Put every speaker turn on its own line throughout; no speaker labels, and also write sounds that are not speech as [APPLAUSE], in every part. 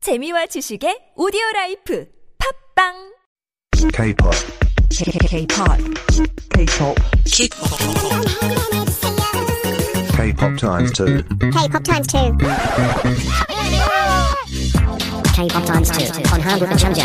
재미와 지식의 오디오 라이프 팝빵
K-pop,
K-pop. K-pop.
K-pop times two.
K-pop times two. K-pop times two on Hangul and Chanja.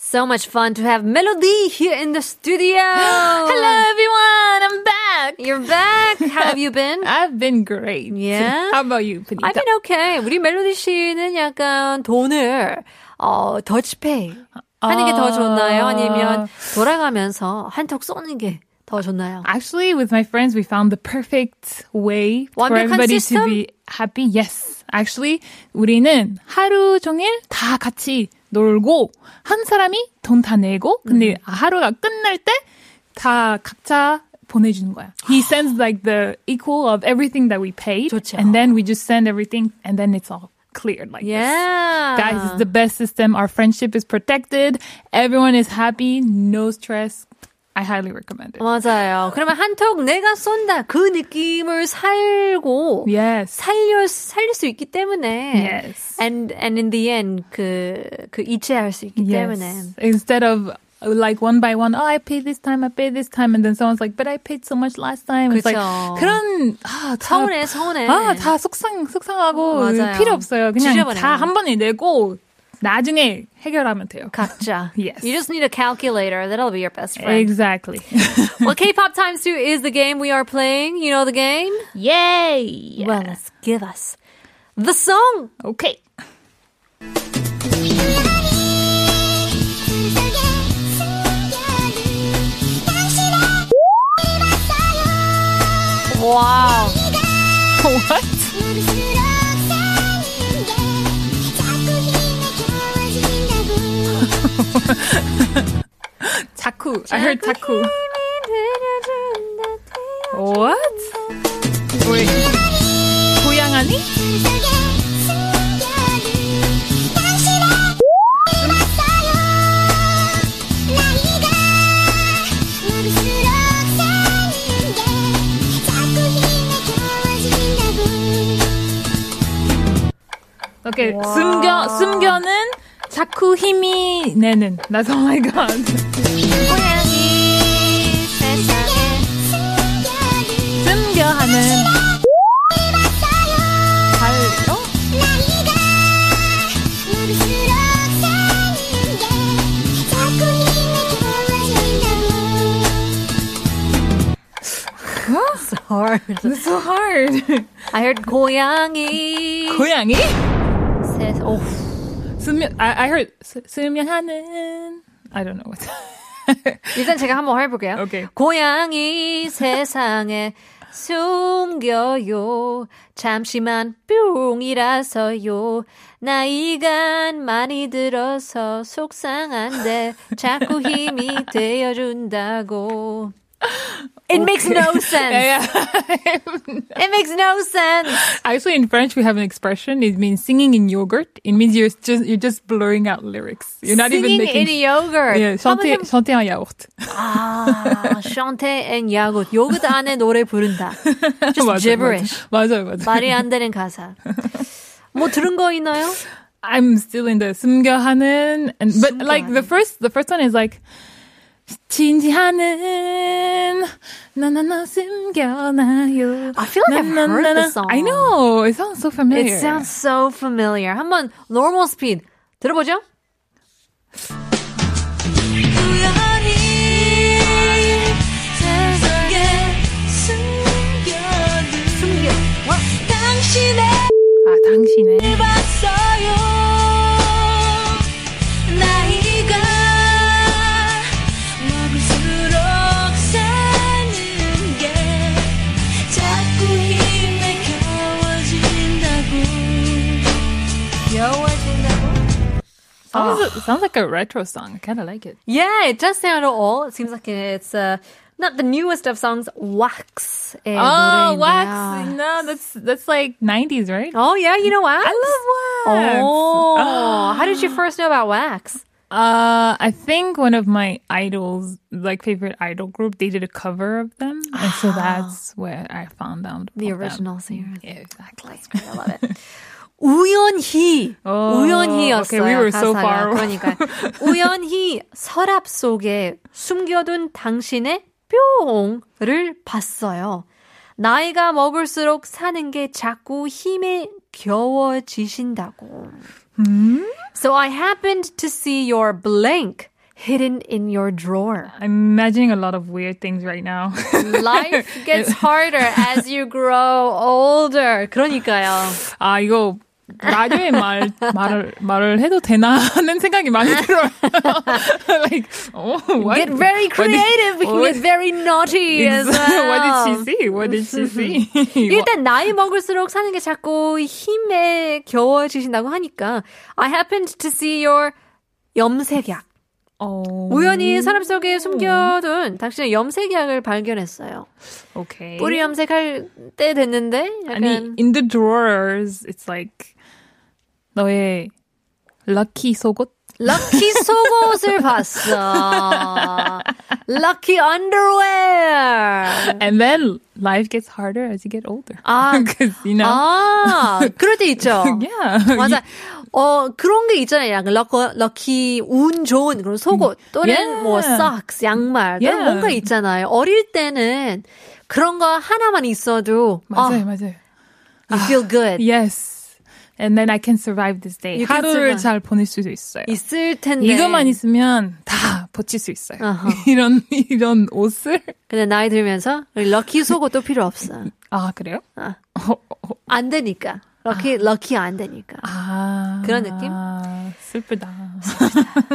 So much fun to have Melody here in
[GASPS]
the studio. Hello,
everyone, I'm back.
you're back. How have you been?
I've been great.
Yeah?
How about you, Benita?
I've been okay. 우리 멜로디 씨는 약간 돈을 어 더치페이 하는 게
아.
더 좋나요? 아니면 돌아가면서 한턱 쏘는 게 더 좋나요?
Actually, with my friends, we found the perfect way for
완벽한
everybody
시스템?
to be happy. Yes. Actually, 우리는 하루 종일 다 같이 놀고, 한 사람이 돈 다 내고, 근데 하루가 끝날 때 다 각자 보내주는 거야.
[GASPS]
He sends like the equal of everything that we paid.
좋죠.
And then we just send everything, and then it's all cleared like this.
Yeah.
Guys, it's the best system. Our friendship is protected. Everyone is happy. No stress. I highly recommend it.
맞아요. 그러면 한턱 내가 쏜다 그 느낌을 살고
Yes.
살려 살릴 수 있기 때문에
Yes.
and and in the end 그그 이체할 수 있기 때문에
Yes. Instead of like one by one, oh, I paid this time, I paid this time, and then someone's like, but I paid so much last time. It's like
그쵸.
그런 아, 다-
서운해, 서운해.
아, 다 속상 속상하고
맞아요.
필요 없어요. 그냥
지저분해요.
다 한 번에 내고 나중에 해결하면 돼요.
각자.
Yes.
You just need a calculator. That'll be your best friend. [LAUGHS]
Exactly.
well, K-pop times two is the game we are playing. You know the game?
Yay.
Well, let's give us the song.
Okay. [LAUGHS]
Wow.
What? 자쿠. I heard 자쿠. What? 왜? 고양아니? 오케이. 숨겨 숨겨는 자꾸 힘이 내는. That's all I got. 숨겨하는. 잘. 어?
[LAUGHS] Hard.
It's so hard.
I heard 고양이.
고양이?
세- 오.
숨겨. I, I heard 수- 숨겨하는. I don't know what. [LAUGHS]
일단 제가 한번 해볼게요.
Okay.
고양이 세상에 숨겨요. 잠시만 뿅이라서요. 나이가 많이 들어서 속상한데 자꾸 [LAUGHS] 힘이 되어준다고. It makes no [LAUGHS] sense. It makes no sense.
Actually, in French, we have an expression. It means singing in yogurt. It means you're just you're just blurring out lyrics. You're not even
Singing
making.
in yogurt.
yeah, chanter,
한번 좀-
chanter en yaourt.
아, 샹테 앤 야굿. 요굿 안에 노래
[LAUGHS]
부른다.
맞아요,
Just gibberish.
맞아요, 맞아요. 맞아요.
말이 안 되는 가사. 뭐 들은 거 있나요?
I'm still in the 숨겨하는 and but like the first the first one is like 진지하는 나나나 숨겨놔요.
I feel like I've heard this song.
I know. It sounds so familiar.
It sounds so familiar. 한번 normal speed 들어보죠. 숨겨.
아, 당신의 sounds, sounds like a retro song. I kind of like it.
Yeah, it does sound old. Seems like it's uh, not the newest of songs. Wax.
Oh, wax. No, that's that's like 90s, right?
Oh yeah, you know wax.
I love wax.
Oh, how
[GASPS]
did you first know about wax?
Uh, I think one of my idols, like favorite idol group, they did a cover of them, and so that's where I found out
The
of them.
original singer.
Yeah, exactly.
I love it. [LAUGHS] 우연히
어,
우연히였어요
okay, we were so
가사가
far. [LAUGHS]
그러니까 우연히 서랍 속에 숨겨둔 당신의 뿅을 봤어요. 나이가 먹을수록 사는 게 자꾸 힘에 겨워지신다고.
음?
So I happened to see your blank hidden in your
[LAUGHS]
drawer.
I'm imagining a lot of weird things right now. [LAUGHS]
Life gets harder as you grow older. 그러니까요.
아 이거 [LAUGHS] 라디오에 말 말을 말을 해도 되나 하는 생각이 [LAUGHS] 많이 들어요. like, oh, what?
Get very
what did- [LAUGHS]
creative.
what
Get very
[LAUGHS]
naughty as
Exa-
well.
What did she see? What did she [LAUGHS] see?
일단 나이 먹을수록 사는 게 자꾸 힘에 겨워지신다고 하니까 I happened to see your 염색약.
어,
우연히 사람 속에 숨겨둔 당신의 염색약을 발견했어요.
okay.
뿌리 염색할 때 됐는데 약간
네. 아니 in the drawers it's like 너의 럭키 속옷
럭키
[LAUGHS]
속옷을 봤어. 럭키
[LAUGHS]
언더웨어.
and then life gets harder as you get older. [LAUGHS]
아,
Because you know.
아, 그럴 때 있죠.
[LAUGHS] yeah.
맞아. 어, 그런 게 있잖아요. 약간 럭, 럭키, 운 좋은 그런
음.
속옷, 또는
Yeah.
뭐, socks, 양말, 또는
Yeah.
뭔가 있잖아요. 어릴 때는 그런 거 하나만 있어도,
맞아요, 아,
아,
맞아요.
you feel good.
Yes. And then I can survive this day.
You can
하루를
survive.
잘 보낼 수도 있어요.
있을 텐데.
이것만 있으면 다 버틸 수 있어요.
아하.
[LAUGHS] 이런 이런 옷을
근데 나이 들면서, 우리 럭키 속옷도 필요 없어.
아 그래요?
아.
어, 어,
안 되니까. 럭키, 럭키 안 되니까.
아
그런 느낌?
아, 슬프다.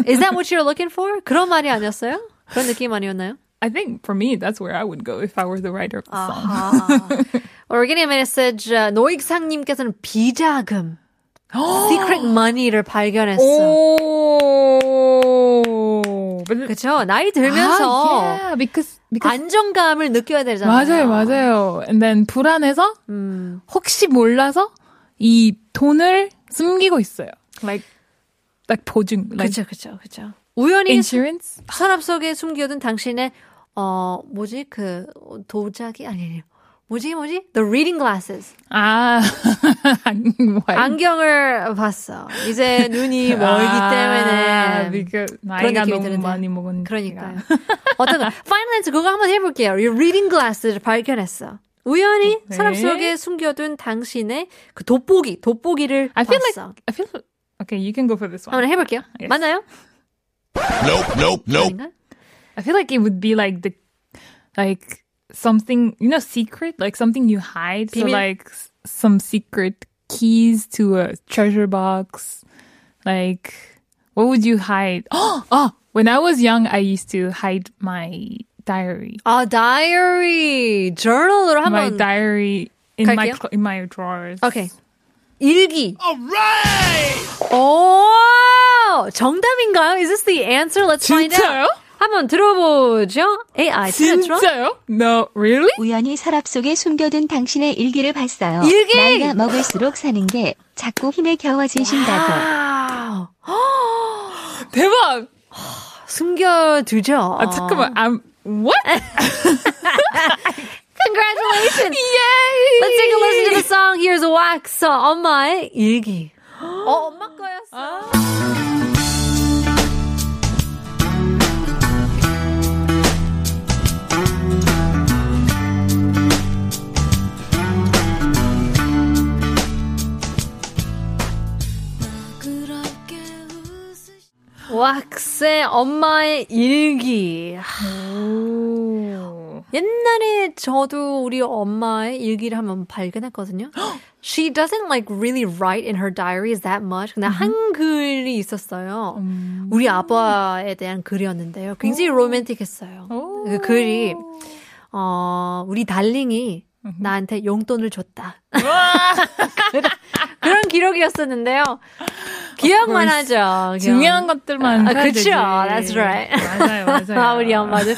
Is that what you're looking for? 그런 말이 아니었어요? 그런 느낌 아니었나요?
I think for me that's where I would go if I were the writer of the song.
We're getting a message. uh, 노익상님께서는
[GASPS]
비자금, secret money를 발견했어.
오.
그렇죠. 나이 들면서
아, yeah, because because
안정감을 느껴야 되잖아요.
맞아요, 맞아요. And then 불안해서
음,
혹시 몰라서 이 돈을 숨기고 있어요. Like like 보증, like
그렇죠, 그렇죠, 그렇죠. 우연히
insurance.
서랍 속에 숨겨둔 당신의 어 뭐지 그 도자기 아니 아니 뭐지 뭐지 the reading glasses
아, [LAUGHS] 안경
안경을 봤어. 이제 눈이 멀기
아,
때문에 그런
나이가
느낌이
너무
드는데.
많이 먹은
그러니까요. [LAUGHS] 어떤 파이널랜스 그거 한번 해볼게요. 이 리딩 글라스를 발견했어. 우연히
네.
서랍 속에 숨겨둔 당신의 그 돋보기, 돋보기를
I feel like
봤어.
I feel. Okay, you can go for this one.
한번 해볼게요.
Yes.
맞나요? Nope, nope, nope.
I feel like it would be like the like something you know secret like something you hide. So
비밀-
like s- some secret keys to a treasure box. Like what would you hide? [GASPS] Oh, when I was young, I used to hide my diary.
아, diary, journal로
My
한번
diary in my
갈게요?
cl- in my drawers. [LAUGHS]
오케이. 일기. 오! 정답인가요? Is this the answer? Let's find out.
진짜요?
한번 들어보죠. AI 트렌드.
진짜요? No, really?
우연히 서랍 속에 숨겨둔 당신의 일기를 봤어요.
일기!
나이가 먹을수록 사는 게 자꾸 힘에 겨워지신다고.
와우.
[GASPS] 대박!
숨겨두죠.
아, Oh, 잠깐만. I'm what?
[LAUGHS]
[LAUGHS]
Congratulations. Yay. Let's take a listen to the song. Here's Wax 엄마의 일기. 어, 엄마 거였어. 왁스의 엄마의 일기.
오.
옛날에 저도 우리 엄마의 일기를 한번 발견했거든요. She doesn't like really write in her diaries that much.
음.
근데 한글이 있었어요. 우리 아빠에 대한 글이었는데요. 굉장히 로맨틱했어요.
오.
그 글이 어, 우리 달링이 나한테 용돈을 줬다. [LAUGHS] 그런 기록이었었는데요. 기억만 하죠. 기억.
중요한 것들만
아,
해야
그쵸.
되지.
That's right. [LAUGHS]
맞아요,
아,
맞아요.
우리 엄마도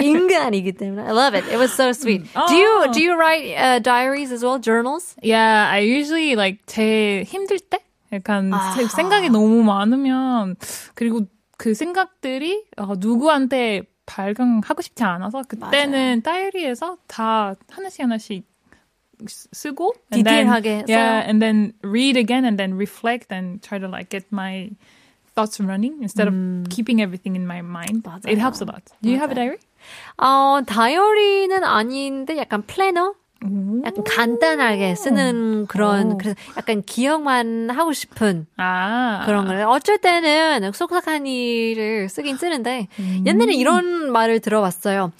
인간이기 때문에. I love it. It was so sweet. Do you do you write uh, diaries as well, journals?
Yeah, I usually like 제 힘들 때 약간 세- 생각이 너무 많으면 그리고 그 생각들이 어, 누구한테 발견하고 싶지 않아서 그때는 다이어리에서 다 하나씩 하나씩 s- 쓰고
디테일하게
then, yeah
써요.
and then read again and then reflect and try to like get my thoughts running instead
음.
of keeping everything in my mind. It helps a lot. Do you have a diary?
어, 다이어리는 아닌데 약간 플래너? 약간 간단하게 쓰는 그런, 그래서 약간 기억만 하고 싶은
아
그런 거를. 어쩔 때는 속삭한 일을 쓰긴 쓰는데, 옛날에 이런 말을 들어봤어요.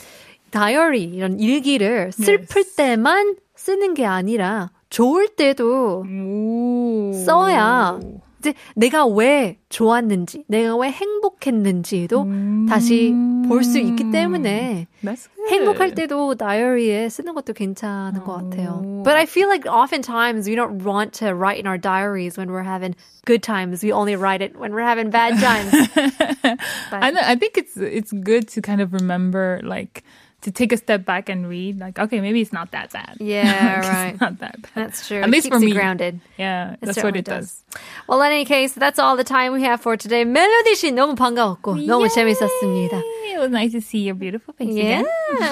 다이어리, 이런 일기를 슬플 때만 쓰는 게 아니라, 좋을 때도
오.
써야 이제 내가 왜 좋았는지, 내가 왜 행복했는지도 다시 볼 수 있기 때문에
That's good.
행복할 때도 다이어리에 쓰는 것도 괜찮은 것 같아요. But I feel like oftentimes we don't want to write in our diaries when we're having good times. We only write it when we're having bad times.
[LAUGHS] I know, I think it's it's good to kind of remember like to take a step back and read like okay maybe it's not that bad. [LAUGHS]
Yeah,
It's
right.
not that bad.
That's true.
At
It
least
keeps
for
you
me.
grounded.
Yeah,
It
that's what
certainly
it does.
Well, in any case, that's all the time we have for today. 멜로디 씨 너무 반가웠고 너무 재밌었습니다.
It was nice to see your beautiful face
Yeah,
again.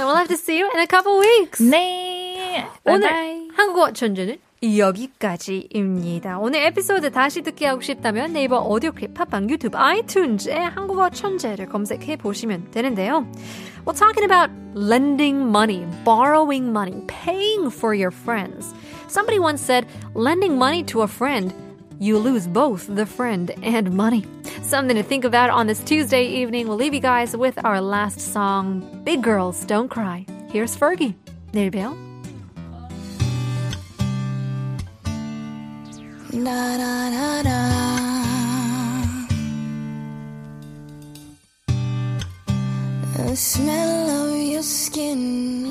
we'll have to see you in a couple weeks.
네.
오늘
Bye-bye.
한국어 천재는 여기까지입니다. 오늘 에피소드 다시 듣기 하고 싶다면 네이버 오디오 클립, 팟빵, 유튜브, 아이튠즈에 한국어 천재를 검색해 보시면 되는데요. We're talking about lending money, borrowing money, paying for your friends. Somebody once said, lending money to a friend, you lose both the friend and money. Something to think about on this Tuesday evening. We'll leave you guys with our last song, Big Girls Don't Cry. Here's Fergie. 내일 봬요.
The smell of your skin